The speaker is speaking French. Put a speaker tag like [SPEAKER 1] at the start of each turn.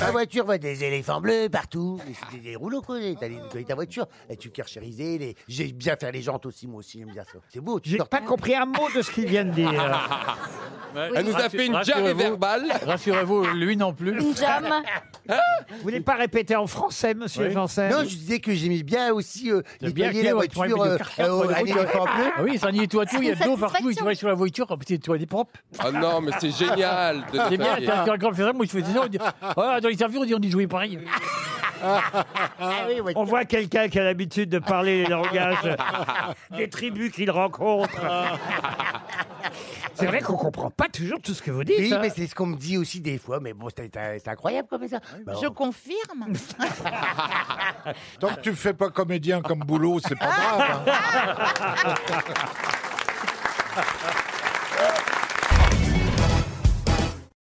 [SPEAKER 1] la voiture, voit des éléphants bleus partout. Mais C'est des, des rouleaux, quoi. T'as les- t'as ta voiture. Et tu carchérisais. Les... J'aime bien faire les jantes aussi, moi aussi, j'aime bien ça. C'est beau, tu
[SPEAKER 2] J'ai
[SPEAKER 1] sors
[SPEAKER 2] pas compris un mot de ce qu'il vient de dire.
[SPEAKER 3] Elle nous a fait une jarre verbale.
[SPEAKER 4] Rassurez-vous, lui non plus.
[SPEAKER 5] Une jam.
[SPEAKER 2] Vous voulez pas répéter en français, monsieur
[SPEAKER 4] Oui.
[SPEAKER 2] Janssen
[SPEAKER 1] Non, je disais que j'aimais bien aussi euh,
[SPEAKER 4] T'as bien
[SPEAKER 1] nettoyer
[SPEAKER 4] que,
[SPEAKER 1] la
[SPEAKER 4] ouais, tu vois,
[SPEAKER 1] voiture
[SPEAKER 4] mais
[SPEAKER 1] euh,
[SPEAKER 4] de caractère,
[SPEAKER 1] euh,
[SPEAKER 4] pas de
[SPEAKER 1] à
[SPEAKER 4] route.
[SPEAKER 1] l'éléphant bleu.
[SPEAKER 4] Ah oui, ça nettoie tout, il y a de
[SPEAKER 5] C'est une
[SPEAKER 4] l'eau partout, il
[SPEAKER 5] satisfaction.
[SPEAKER 4] nettoie sur la voiture, comme petit nettoie des propres.
[SPEAKER 3] Ah non, mais c'est génial de
[SPEAKER 4] C'est bien,
[SPEAKER 3] nettoyer.
[SPEAKER 4] quand quand- quand on fait ça, moi je faisais ça, on dit, Ah, dans les interviews, on dit on y jouait pareil.
[SPEAKER 1] Ah oui, ouais.
[SPEAKER 2] On voit quelqu'un qui a l'habitude de parler les langages des tribus qu'il rencontre. C'est vrai qu'on comprend pas toujours tout ce que vous dites.
[SPEAKER 1] Oui,
[SPEAKER 2] hein.
[SPEAKER 1] mais c'est ce qu'on me dit aussi des fois, mais bon, c'est c'est incroyable comme ça. Bah,
[SPEAKER 5] Je confirme.
[SPEAKER 6] Tant que tu fais pas comédien comme boulot, c'est pas grave. hein.